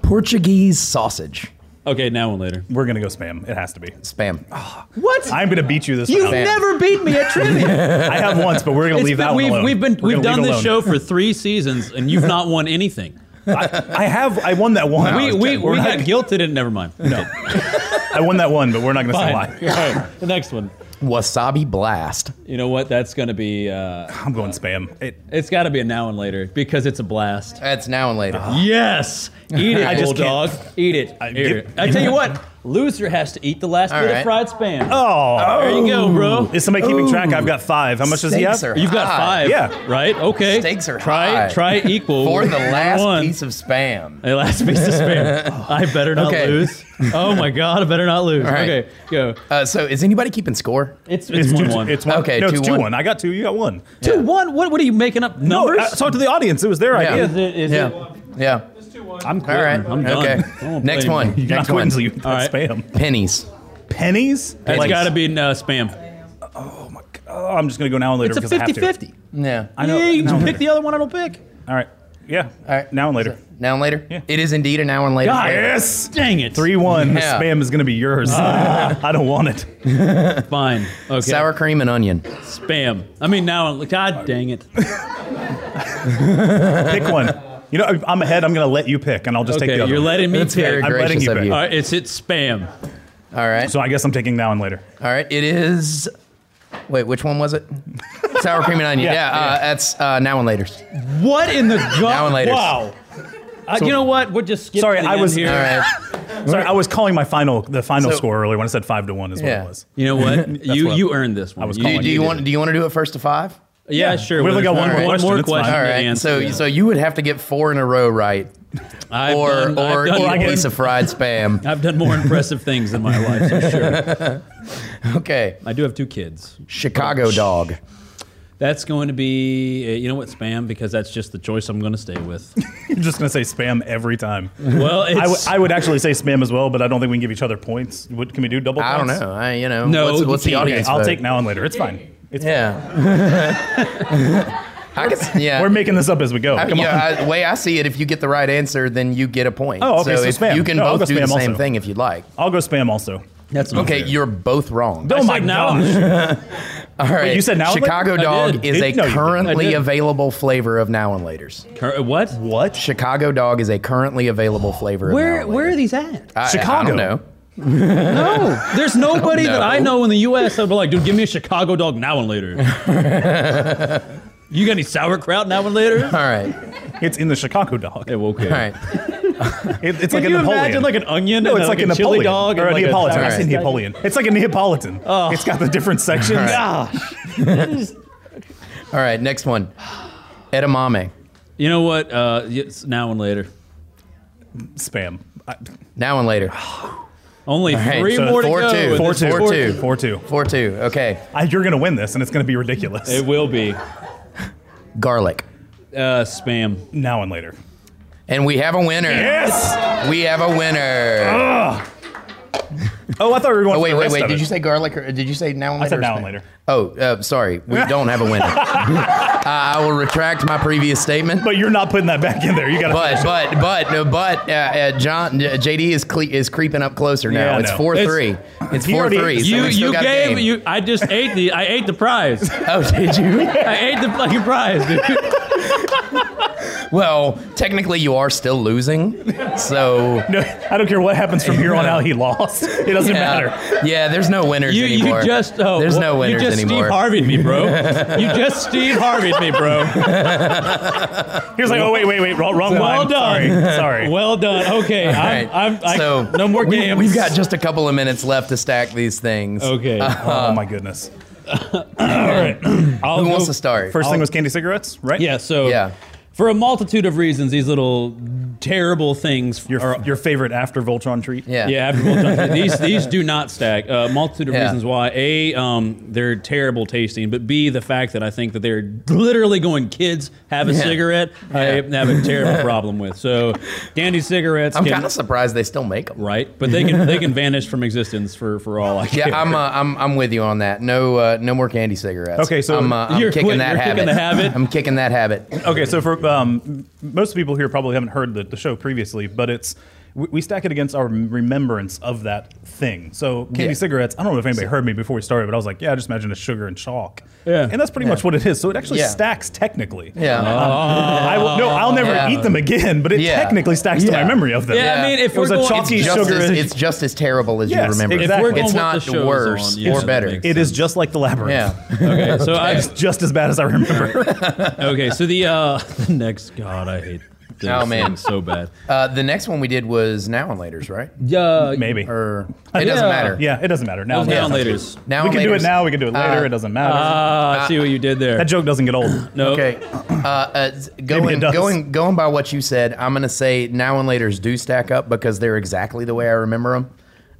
D: Portuguese sausage.
E: okay, now and later.
B: We're going to go spam. It has to be.
D: Spam.
H: What?
B: I'm going to beat you this round.
D: Spam.
H: never beat me at trivia.
B: I have once, but we're going to
E: It's
B: leave
E: been-
B: that one
E: we've,
B: alone.
E: We've been
B: We're gonna
E: we've done
B: leave it
E: this show
B: alone.
E: for three seasons, and you've not won anything.
B: I, I have. I won that one.
E: we we,
B: We're
E: we
B: not-
E: got guilted and never mind.
B: No. I won that one, but we're not going to say
E: Fine.
B: why.
E: All right, the next one.
D: Wasabi blast.
E: You know what? That's gonna be. Uh,
B: I'm going spam. It,
E: it's got to be a now and later because it's a blast.
D: That's now and later.
E: Ah. Yes, eat it,
D: I just
E: bulldog. Eat it.
B: I
E: Here.
B: get-
E: I tell you what, loser has to eat the last
D: All
E: bit of
D: right.
E: fried spam.
B: oh.
E: There you go, bro.
B: Is somebody keeping track? I've got five. How much does he have?
D: Steaks are
E: You've got
D: high.
E: five.
B: Yeah.
E: Right. Okay.
D: Ah, Stakes are
E: try,
D: high.
E: Try equal
D: For the last
E: one.
D: piece of spam.
E: The last piece of spare. I better not
D: Okay.
E: lose. Oh my god, I better not lose.
D: right.
E: Okay, go.
D: Uh, so, is anybody keeping score?
E: It's it's,
B: It's
E: one
B: two,
E: one.
B: It's one.
D: Okay,
B: no, it's
D: two,
B: two
D: one.
B: one. I got two. You got one.
E: two one. What what are you making up
B: No,
E: numbers?
B: I Uh, talk to the audience. It was their
D: Yeah.
B: idea.
E: is it, is
D: Yeah.
E: it,
D: Yeah.
E: I'm quitting.
D: All right.
E: I'm done.
D: Okay.
E: I won't
D: Next
E: play anymore.
D: one.
B: You
D: Next
B: cannot quit
D: one.
B: until you hit
E: All right.
B: spam.
D: Pennies.
B: Pennies?
E: It's
B: Like,
E: got to be uh, spam.
B: oh, I'm just gonna go now and later
E: It's a
B: because I have to.
E: 50-50.
D: Yeah.
B: I know.
E: Yeah, you
B: now
E: can
B: and
E: pick
B: later.
E: the other one. I don't pick.
B: All right. Yeah.
D: All right.
B: Now and later.
D: Now and later?
B: Yeah.
D: It is indeed a now and later.
E: God.
D: flavor.
B: Yes.
E: Dang it.
B: Three one.
D: Yeah.
B: Spam is gonna be yours.
E: Ah.
B: I don't want it.
E: Fine. Okay.
D: Sour cream and onion.
E: spam. I mean now. God dang it.
B: Pick one. You know, I'm ahead. I'm gonna let you pick, and I'll just take
E: Okay,
B: the other.
E: you're
B: one.
E: letting me
D: That's
E: pick.
D: very
B: I'm letting
D: gracious
B: you
D: of
B: pick.
D: you.
E: All
D: All
E: right, it's it's spam.
D: right.
B: so I guess I'm taking now and later.
D: All right. It is. Wait, which one was it? Sour cream and onion. Yeah.
B: Yeah,
D: uh, That's uh, now and later.
E: What in the god?
D: Now and later.
E: Wow. Uh, you know what? We'll just skip.
B: Sorry,
E: to the
B: I was-
E: end here.
D: All right.
B: Sorry, I was calling my final the final
D: So-
B: score earlier when I said five to one is what
D: Yeah.
B: it was.
E: You know what? you
B: what I-
E: you earned this one.
B: I was
E: You-
B: calling
D: Do,
B: Well,
D: do
B: you
D: you
B: did
D: want?
B: it.
D: Do you want to do it first to five?
E: Yeah, sure.
B: We only
E: Well,
B: got
E: there's
B: one
E: one,
B: more
E: one
B: question,
E: more
B: it's fine.
E: question.
D: All
E: to
D: right.
E: answer.
D: So, so you would have to get four in a row right,
E: I've
D: or
E: done, I've
D: or eat
E: done,
D: a
E: more-
D: piece of fried spam.
E: I've done more impressive things in my life. So sure,
D: Okay.
E: I do have two kids.
D: Chicago dog.
E: That's going to be uh, you know what spam because that's just the choice I'm going to stay with.
B: You're just gonna say spam every time.
E: Well, it's,
B: I, w- I would actually say spam as well, but I don't think we can give each other points. What, can we do double?
D: I don't
B: points?
D: know. I you know.
E: No,
D: What's,
E: you
D: what's the
E: can't.
B: Okay,
D: audience?
B: I'll
D: vote?
B: take now and later. It's fine. It's
D: Yeah. I could, s- yeah.
B: we're making this up as we go.
D: I,
B: Come on.
D: yeah, I- the way I see it, if you get the right answer, then you get a point.
B: Oh, okay, so
D: if
B: spam.
D: you can
B: No, I'll
D: both
B: go
D: do the
B: spam
D: same
B: also.
D: thing if you'd like.
B: I'll go spam also.
E: that's not
D: Okay,
E: fair.
D: you're both wrong.
B: Oh my
E: said now.
B: gosh.
D: All right.
B: you said now and later?
D: Chicago
B: I
D: dog
B: did.
D: is
B: Did-
D: a
B: no, you didn't. I
D: currently
E: did.
D: available flavor of now and later's.
E: Cur- what?
B: what?
D: Chicago dog is a currently available flavor. of now
E: Where
D: and
E: where
D: Later's.
E: are these at?
D: I- I- I
B: Chicago.
D: don't know.
E: No, there's nobody that I
D: know.
E: know in the U.S. that would be like, dude, give me a Chicago dog now and later. you got any sauerkraut now and later?
D: All right.
B: It's in the Chicago dog. It,
E: okay.
D: All right.
B: it's like
E: Can
B: a
E: you
B: Napoleon.
E: imagine like an onion?
B: no,
E: and
B: it's like,
E: a Oh.
B: a
E: chili
B: Napoleon
E: dog
B: or
E: and
B: a
E: like
B: Neapolitan. I said
E: sauerkraut.
B: Napoleon. It's like a Neapolitan. It's got the different sections.
D: All right. Next one. Edamame.
E: You know what? Uh, it's now and later.
B: Spam. I,
D: Now and later.
E: Only
D: right,
E: three
D: so
E: more to
D: four,
E: go.
D: two.
E: with
B: four
E: this
B: two.
D: Four
E: four-
D: two.
B: Four two.
D: Four two. Okay.
B: I, you're gonna win this, and it's gonna be ridiculous.
E: It will be
D: Garlic.
E: uh, spam.
B: now and later.
D: And we have a winner.
B: Yes.
D: We have a winner.
B: Oh, I thought we were going.
D: Oh wait,
B: for Oh, the
D: wait,
B: rest
D: wait!
B: of
D: Did
B: it.
D: you say garlic? Or did you say now and
B: I
D: later?
B: said
D: or
B: now and
D: snack?
B: later.
D: Oh, uh, sorry. We don't have a winner. I I will retract my previous statement.
B: But you're not putting that back in there. You got to.
D: But but but uh, but uh, uh, John uh, JD is cle- is creeping up closer now.
B: Yeah, I
D: it's
B: know.
D: four
E: It's-
D: three. It's
B: He
D: four
B: already-
D: three. so
E: You
D: we still
E: you
D: got
E: gave
D: game.
E: you. I just ate the I ate the prize.
D: Oh, did you?
E: I ate the fucking prize, dude.
D: well, technically, you are still losing. So
B: No, I don't care what happens from here on out. He lost. It doesn't matter.
D: yeah, yeah, there's no winners
E: You,
D: anymore.
E: you just oh,
D: there's
E: well,
D: no winners
E: You just
D: anymore.
E: Steve Harveyed me, bro. you just Steve Harveyed me, bro.
B: He was like, oh wait, wait, wait, wrong, wrong
E: Well
B: line.
E: done.
B: Sorry, sorry.
E: Well done. Okay,
D: All
E: I'm,
D: right.
E: I'm, I,
D: so
E: no more
D: we,
E: games.
D: We've got just a couple of minutes left to stack these things.
E: okay.
B: oh my goodness.
E: I'll
D: Who wants
E: go-
D: to start?
B: 1st thing was candy cigarettes, right?
E: Yeah. So
D: Yeah.
E: for a multitude of reasons, these little terrible things
B: Your
E: are
B: your favorite after Voltron treat.
D: Yeah.
E: Yeah, after both times. these these do not stack. Uh, multitude of
D: Yeah.
E: reasons why: a, um, they're terrible tasting, but b, the fact that I think that they're literally going kids have a
D: Yeah.
E: cigarette. I have a terrible problem with. So, dandy cigarettes
D: I'm
E: can
D: kind of surprised they still make them.
E: right, but they can they can vanish from existence for for all I care.
D: Yeah, I'm, uh, I'm I'm with you on that. No uh, no more candy cigarettes.
B: Okay, so-
D: I'm, uh, I'm
E: You're
D: kicking
E: quit-
D: that
E: you're
D: habit.
E: kicking the habit?
D: I'm kicking that habit.
B: Okay, so for um, most people here probably haven't heard the, the show previously, but it's we, we stack it against our remembrance of that thing. So candy
D: Yeah.
B: cigarettes. I don't know if anybody heard me before we started, but I was like, yeah, I just imagine it's sugar and chalk.
E: Yeah.
B: and that's pretty much what it is. So it actually
D: Yeah.
B: stacks technically.
D: Yeah.
E: Oh,
B: I will, no, I'll never
D: Yeah.
B: eat them again, but it
D: Yeah.
B: technically stacks to my
D: Yeah.
B: memory of them.
E: Yeah, I
D: Yeah.
E: mean, if
B: It was
E: we're
B: a
E: going,
B: chalky
D: It's
E: if
D: just
B: sugar
D: as,
B: is-
D: it's just as terrible as
B: Yes,
D: you remember.
B: exactly.
E: we're going with
D: It's
E: the
D: not
E: shows on,
D: worse
E: yeah,
D: or
E: that
D: better.
E: makes
B: It is just like the labyrinth.
D: Yeah.
E: Okay, so I
B: It's just as bad as I remember.
E: okay, so the uh, the next God, I hate. This
D: Oh, man.
E: thing so bad.
D: Uh, the next one we did was now and later's, right?
E: Yeah,
B: Maybe.
D: Or
E: Uh,
D: it doesn't matter.
B: yeah, it doesn't matter. Now,
E: Those down
B: now-
E: later's.
D: Now
B: We
D: and
B: can do it
D: later's-
B: now. We can do it later. it doesn't matter.
D: Uh,
E: Ah, I see what you did there.
B: that joke doesn't get old.
E: No.
D: Okay. Uh, uh, z- going,
B: does.
D: going, going by what you said, I'm gonna say now and later's do stack up because they're exactly the way I remember them.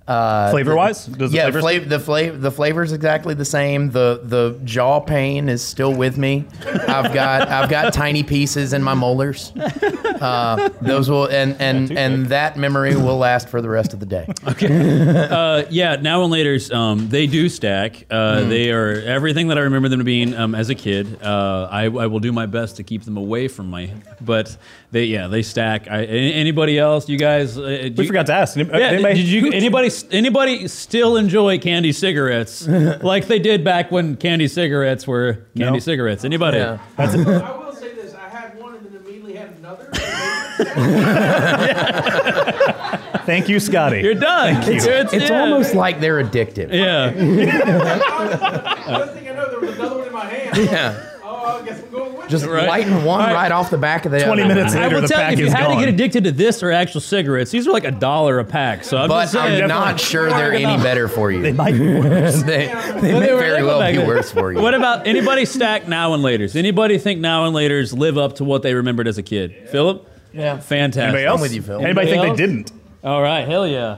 D: Uh,
B: Flavor wise, does the
D: yeah,
B: flavors-
D: flavor, the flavor, the flavor's exactly the same. the The jaw pain is still with me. I've got I've got tiny pieces in my molars. Uh, those will and and and that memory will last for the rest of the day.
E: Uh, yeah, now and later's um, they do stack. Uh, They are everything that I remember them being um, as a kid. Uh, I, I will do my best to keep them away from my. But they yeah they stack. I, a- anybody else? You guys? Uh, do
B: we
E: you-
B: forgot to ask. Any-
E: Yeah,
B: anybody-
E: did you anybody anybody still enjoy candy cigarettes like they did back when candy cigarettes were candy
B: No.
E: cigarettes? Anybody?
D: Yeah.
G: I will say this, I had one and then immediately had another.
B: Thank you, Scotty.
E: You're done. It's,
D: It's
E: yeah.
D: almost like they're addictive.
E: yeah.
G: First thing I know, there was another one in my hand.
D: Yeah.
G: Oh, I guess I'm going with
D: Just
G: it.
E: Right.
D: lighting one
E: All
D: right.
E: right.
D: off the back of the
B: 20
D: other.
B: minutes
E: I
B: later,
E: will
B: the
E: tell
B: pack
E: you, if you
B: is
E: had
B: gone.
E: to get addicted to this or actual cigarettes, these are like a dollar a pack. So I'm just
D: But
E: saying,
D: I'm not sure they're any better for you.
B: They might be worse.
D: they, they
E: Well,
D: may
E: they were
D: very
E: able
D: well
E: back
D: be
E: then.
D: worse for you.
E: What about anybody stack now and later's? Anybody think now and later's live up to what they remembered as a kid? Philip?
D: Yeah.
E: Fantastic.
B: Anybody else?
D: with you, Phil.
B: Anybody think
E: Anybody
B: they didn't?
E: All right, hell yeah.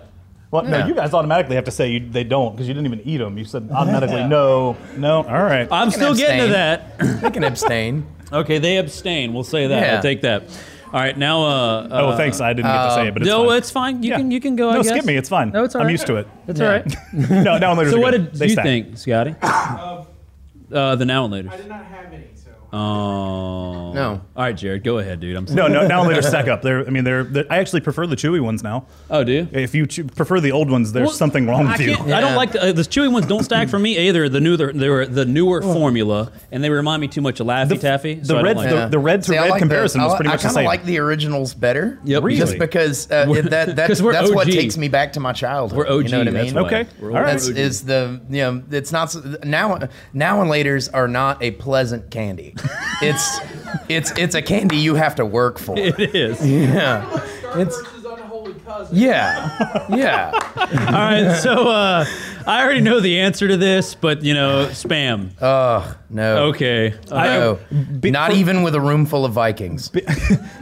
B: Well,
D: Yeah.
B: no, you guys automatically have to say you, they don't because you didn't even eat them. You said automatically no, no. All right.
E: I'm still getting to
D: abstain.
E: that.
D: They can abstain.
E: Okay, they abstain. We'll say that.
D: Yeah.
E: I'll take that. All right, now. Uh, uh,
B: oh, thanks. I didn't get to say it, but it's
E: no,
B: fine.
E: it's fine. You
B: Yeah.
E: can you can go.
B: No,
E: I guess.
B: skip me. It's fine.
E: No, it's all
B: I'm
E: right.
B: used to it.
E: It's all right.
B: No, now and later.
E: So what did
B: they
E: you
B: stack.
E: think, Scotty?
G: Um,
E: Uh, the now and later's.
G: I did not have any, so.
E: Oh.
D: No.
E: All right, Jared, go ahead, dude. I'm sorry.
B: No, no, now and later stack up. They're, I mean, they're, they're. I actually prefer the chewy ones now.
E: Oh, do you?
B: If you cho- prefer the old ones, there's
E: Well,
B: something wrong
E: I
B: with you.
E: can't- I don't
D: Yeah.
E: like the, uh, the chewy ones. Don't stack for me either. The newer, they were the newer formula, and they remind me too much of Laffy Taffy.
B: Oh. the
E: so I don't
B: red-
E: like
B: the-
E: it.
D: Yeah.
B: red to
D: I
B: red
D: like
B: comparison
D: I
B: was
D: li-
B: pretty much the
D: I
B: same.
D: kind of like the originals better.
E: Yep. Really?
D: Just because uh, it- that, that
E: 'Cause
D: that's
E: we're
D: what
E: OG.
D: takes me back to my childhood.
E: We're OG.
D: You know what I
E: that's
D: mean?
E: why.
B: Okay.
E: We're
B: All right.
D: That's is the you know it's not s- now now and later's are not a pleasant candy. It's it's it's a candy you have to work for.
E: It is.
D: Yeah.
G: Starburst is unholy cousin.
D: Yeah. Yeah.
E: All right. So uh, I already know the answer to this, but you know, spam.
D: Oh. Ugh, no.
E: Okay.
D: No.
B: Be-
D: Not
B: for-
D: even with a room full of Vikings.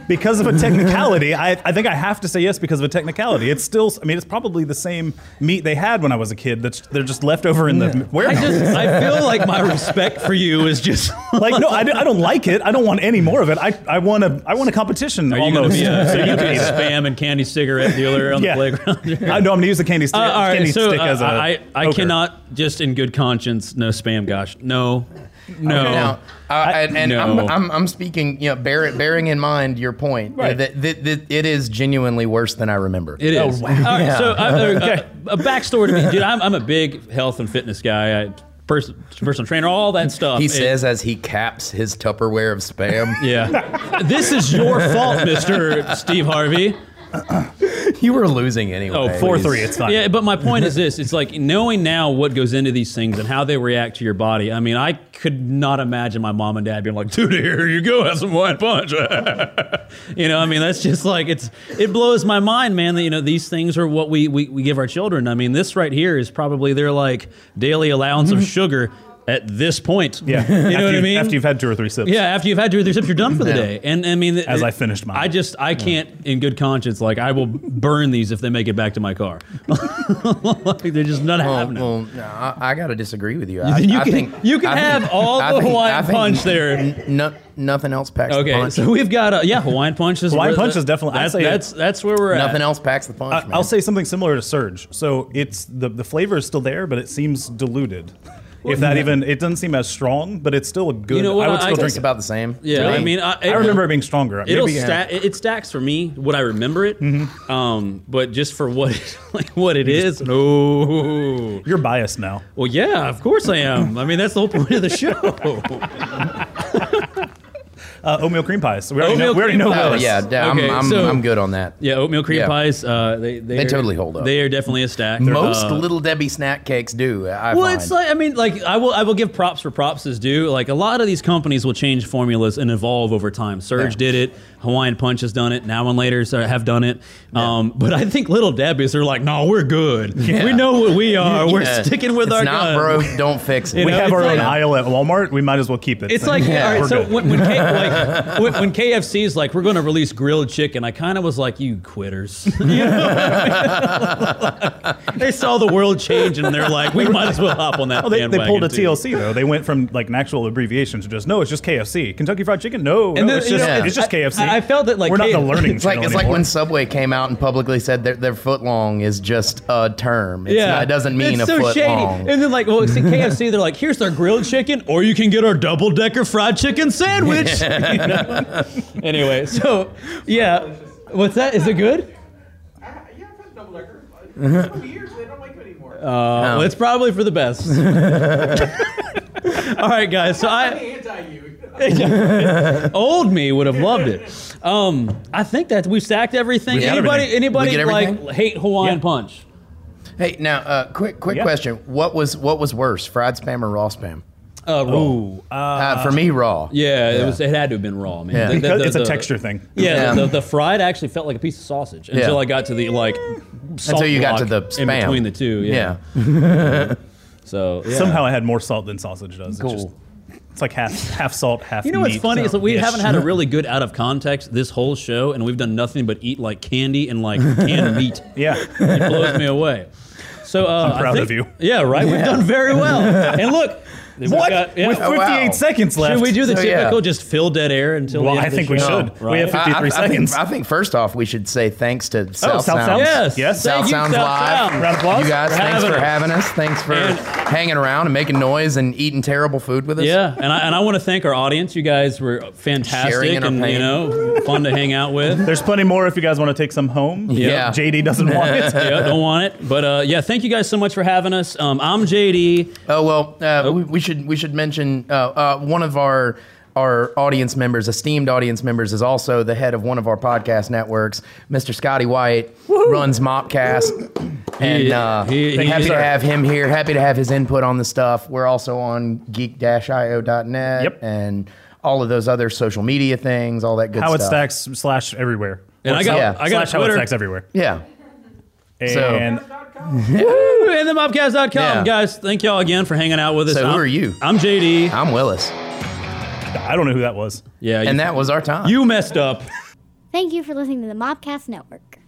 B: because of a technicality, I, I think I have to say yes because of a technicality. It's still, I mean, it's probably the same meat they had when I was a kid. That's they're just left over in the
E: I
B: warehouse.
E: just I feel like my respect for you is just
B: like no, I, don't- I don't like it. I don't want any more of it. I, I want a I want a competition
E: Are you going to
B: almost.
E: be a,
B: so you can
E: a
B: eat it.
E: spam and candy cigarette dealer on
B: Yeah.
E: the playground?
B: I know I'm going to use the candy, sti-
E: Uh, all right,
B: candy
E: so
B: stick as a
E: uh, I I
B: poker.
E: cannot just in good conscience no spam. Gosh, no, no.
D: Now,
E: oh,
D: uh, and, and I'm,
E: No.
D: I'm, I'm speaking, you know, bear, bearing in mind your point,
B: Right.
D: that, that, that it is genuinely worse than I remember.
E: It is.
B: oh, wow.
E: All right, so I, uh, a backstory to me, dude. I'm, I'm a big health and fitness guy. I, pers- personal trainer, all that stuff.
D: he
E: Um, It-
D: says as he caps his Tupperware of spam.
E: Yeah. this is your fault, Mr. Steve Harvey.
D: you were losing anyway.
E: Oh,
B: four three. It's fine.
E: Yeah, but my point is this it's like knowing now what goes into these things and how they react to your body. I mean, I could not imagine my mom and dad being like, dude, here you go, have some wine punch. you know, I mean, that's just like, it's it blows my mind, man, that, you know, these things are what we, we, we give our children. I mean, this right here is probably their like daily allowance of sugar at this point.
B: Mm-hmm. yeah.
E: You know
B: after
E: what I mean?
B: After you've had two or three sips.
E: Yeah, after you've had your sips, you're done for the
D: Yeah.
E: day. And I mean,
B: As I finished mine.
E: I just I can't, in good conscience, like I will burn these if they make it back to my car. like, they're just not
D: Oh, Well,
E: happening.
D: well, no, I, I got to disagree with you. I,
E: You
D: I
E: can-
D: think,
E: you can
D: I think-
E: have all
D: I
E: the
D: think-
E: Hawaiian
D: I think
E: punch there.
D: n- no- nothing else packs
E: Okay,
D: the punch.
E: so we've got a yeah Hawaiian punch is
B: Hawaiian
E: where
B: punch
E: the-
B: is definitely- I'd
E: that's
B: say it-
E: that's that's where we're
D: nothing
E: at.
D: else packs the punch.
B: I,
D: man.
B: Uh, I'll say something similar to Surge. So it's the the flavor is still there, but it seems diluted. If that even it doesn't seem as strong, but it's still a good.
E: know what,
B: I would
E: I-
B: still
E: I
B: drink
D: it's about the same. to
E: Yeah,
D: me.
E: I mean, I,
B: it. I remember it being stronger.
E: It'll
B: Maybe-
E: sta- it it stacks for me. Would I remember it?
B: Mm-hmm.
E: Um, but just for what it, like what it is, no.
B: you're biased now.
E: Well, yeah, of course I am. I mean, that's the whole point of the show.
B: Uh, oatmeal cream pies. So we already
E: Oatmeal
B: know. We already
E: cream
B: know
E: pie.
D: oh,
B: those.
D: yeah, yeah,
E: Okay,
D: I'm, I'm,
E: so-
D: I'm good on that.
E: Yeah, oatmeal cream
D: Yeah.
E: pies. Uh, they they,
D: They
E: are-
D: totally hold up.
E: They are definitely a stack.
D: Most
E: Uh,
D: little Debbie snack cakes do. I
E: Well,
D: find.
E: it's like I mean, like I will I will give props for props is due. Like a lot of these companies will change formulas and evolve over time. Surge
D: Yeah.
E: did it. Hawaiian Punch has done it. Now and later so- have done it. Um, but I think Little Debbie's are like, no, we're good. We know what we are. We're
D: Yeah.
E: sticking with
D: it's
E: our
D: not
E: guns.
D: broke, don't fix it.
B: We
E: know,
B: have our
E: it's
B: own
E: like-
B: aisle at Walmart. We might as well keep it.
E: It's like
D: Yeah.
E: all right.
B: We're
E: So
B: good.
E: when, when, K, like, when, when KFC's like we're going to release grilled chicken, I kind of was like, you quitters. You know? they saw the world change and they're like, we might as well hop on that.
B: Oh, they, they
E: bandwagon,
B: pulled a
E: too."
B: TLC though. They went from like an actual abbreviation to just no, it's just KFC. Kentucky Fried Chicken. No, no,
E: And then,
B: it's
E: you
B: just
D: know,
B: it's just
E: I-
B: KFC.
E: I felt that, like,
B: we're not
E: K-
B: the learning.
D: It's like
B: channel
D: it's like
B: anymore.
D: when Subway came out and publicly said their their foot long is just a term. It's not, it doesn't mean
E: it's
D: a
E: so
D: foot
E: shady.
D: long.
E: And then like, well, see, KFC, they're like, here's our grilled chicken, or you can get our double decker fried chicken sandwich. You know? Anyway, so yeah, what's that? Is it good?
G: I- Ah, Yeah, I've had double decker. It's been years, they don't make it anymore.
E: Well, it's probably for the best. All right, guys. So
G: I'm
E: I
G: anti you.
E: old me would have loved it. Um, I think that we stacked everything.
B: We got
E: anybody,
B: everything.
E: anybody
D: We get everything?
E: like hate Hawaiian
B: Yeah.
E: Punch?
D: hey, now uh, quick quick
B: Yeah.
D: question: what was what was worse, fried spam or raw spam?
E: Uh, ooh,
D: Uh, for me, raw.
E: yeah,
D: yeah.
E: it was. It had to have been raw, man.
D: Yeah.
E: The- the-
B: Because
E: the-
B: it's a
E: the-
B: texture thing.
E: Yeah,
D: Yeah.
E: The, the fried actually felt like a piece of sausage until
D: Yeah.
E: I got to the like. Salt
D: Until you got to
E: rock
D: the
E: in
D: spam.
E: between the two. Yeah.
D: Yeah.
E: So yeah.
B: Somehow I had more salt than sausage does. It's,
E: Cool.
B: just, it's like half half salt, half.
E: You know what's
B: meat.
E: funny is that we
B: Ish.
E: haven't had a really good out of context this whole show, and we've done nothing but eat like candy and like canned meat.
B: Yeah.
E: It blows me away. So uh, I'm
B: proud of you.
E: Yeah, right. We've done very well. And look, we've
B: What?
E: got- yeah.
B: With 58
D: Oh, wow.
B: seconds left.
E: should we do the
D: So, Oh, yeah.
E: typical? Just fill dead air until.
B: Well,
E: the end
B: I
E: of the
B: think we
E: show?
B: should. We have
D: I- I-
B: 53
D: I, think,
B: seconds.
D: I think first off, we should say thanks
E: Oh,
D: to South,
B: South
D: Sounds.
B: Sounds.
E: Yes.
B: Yes.
E: Thank
D: South
E: you,
D: Sounds
E: South
D: Live.
E: Sound.
B: Round of applause.
D: You guys,
E: for
D: thanks
E: having
D: for
E: us.
D: having us. Thanks for
E: And-
D: hanging around and making noise and eating terrible food with us.
E: Yeah, and I, and I want to thank our audience. You guys were fantastic
D: Sharing in our
E: and you
D: pain.
E: know fun to hang out with.
B: There's plenty more if you guys want to take some home.
D: Yeah.
B: JD doesn't want it.
E: yeah, don't want it, but uh, yeah, thank you guys so much for having us. Um, I'm JD.
D: Oh well, uh, we, we should we should mention uh, uh, one of our our audience members, esteemed audience members, is also the head of one of our podcast networks. Mr. Scotty White runs Mopcast, and
E: He-
D: uh,
E: he- he
D: happy
E: is
D: to
E: our-
D: have him here. Happy to have his input on the stuff. We're also on geek-io.net
B: Yep.
D: and all of those other social media things, all that good
B: How it
D: stuff.
B: stacks slash everywhere.
E: And I got
D: Yeah.
E: I got
B: slash how it
E: Twitter.
B: stacks everywhere.
D: Yeah. So-
B: And
E: And then mobcast.com.
D: Yeah.
E: Guys, thank y'all again for hanging out with us.
D: So who
E: I'm-
D: are you?
E: I'm JD.
D: I'm Willis.
B: I don't know who that was.
E: Yeah, you,
D: And that was our time.
E: you messed up.
A: Thank you for listening to the Mobcast Network.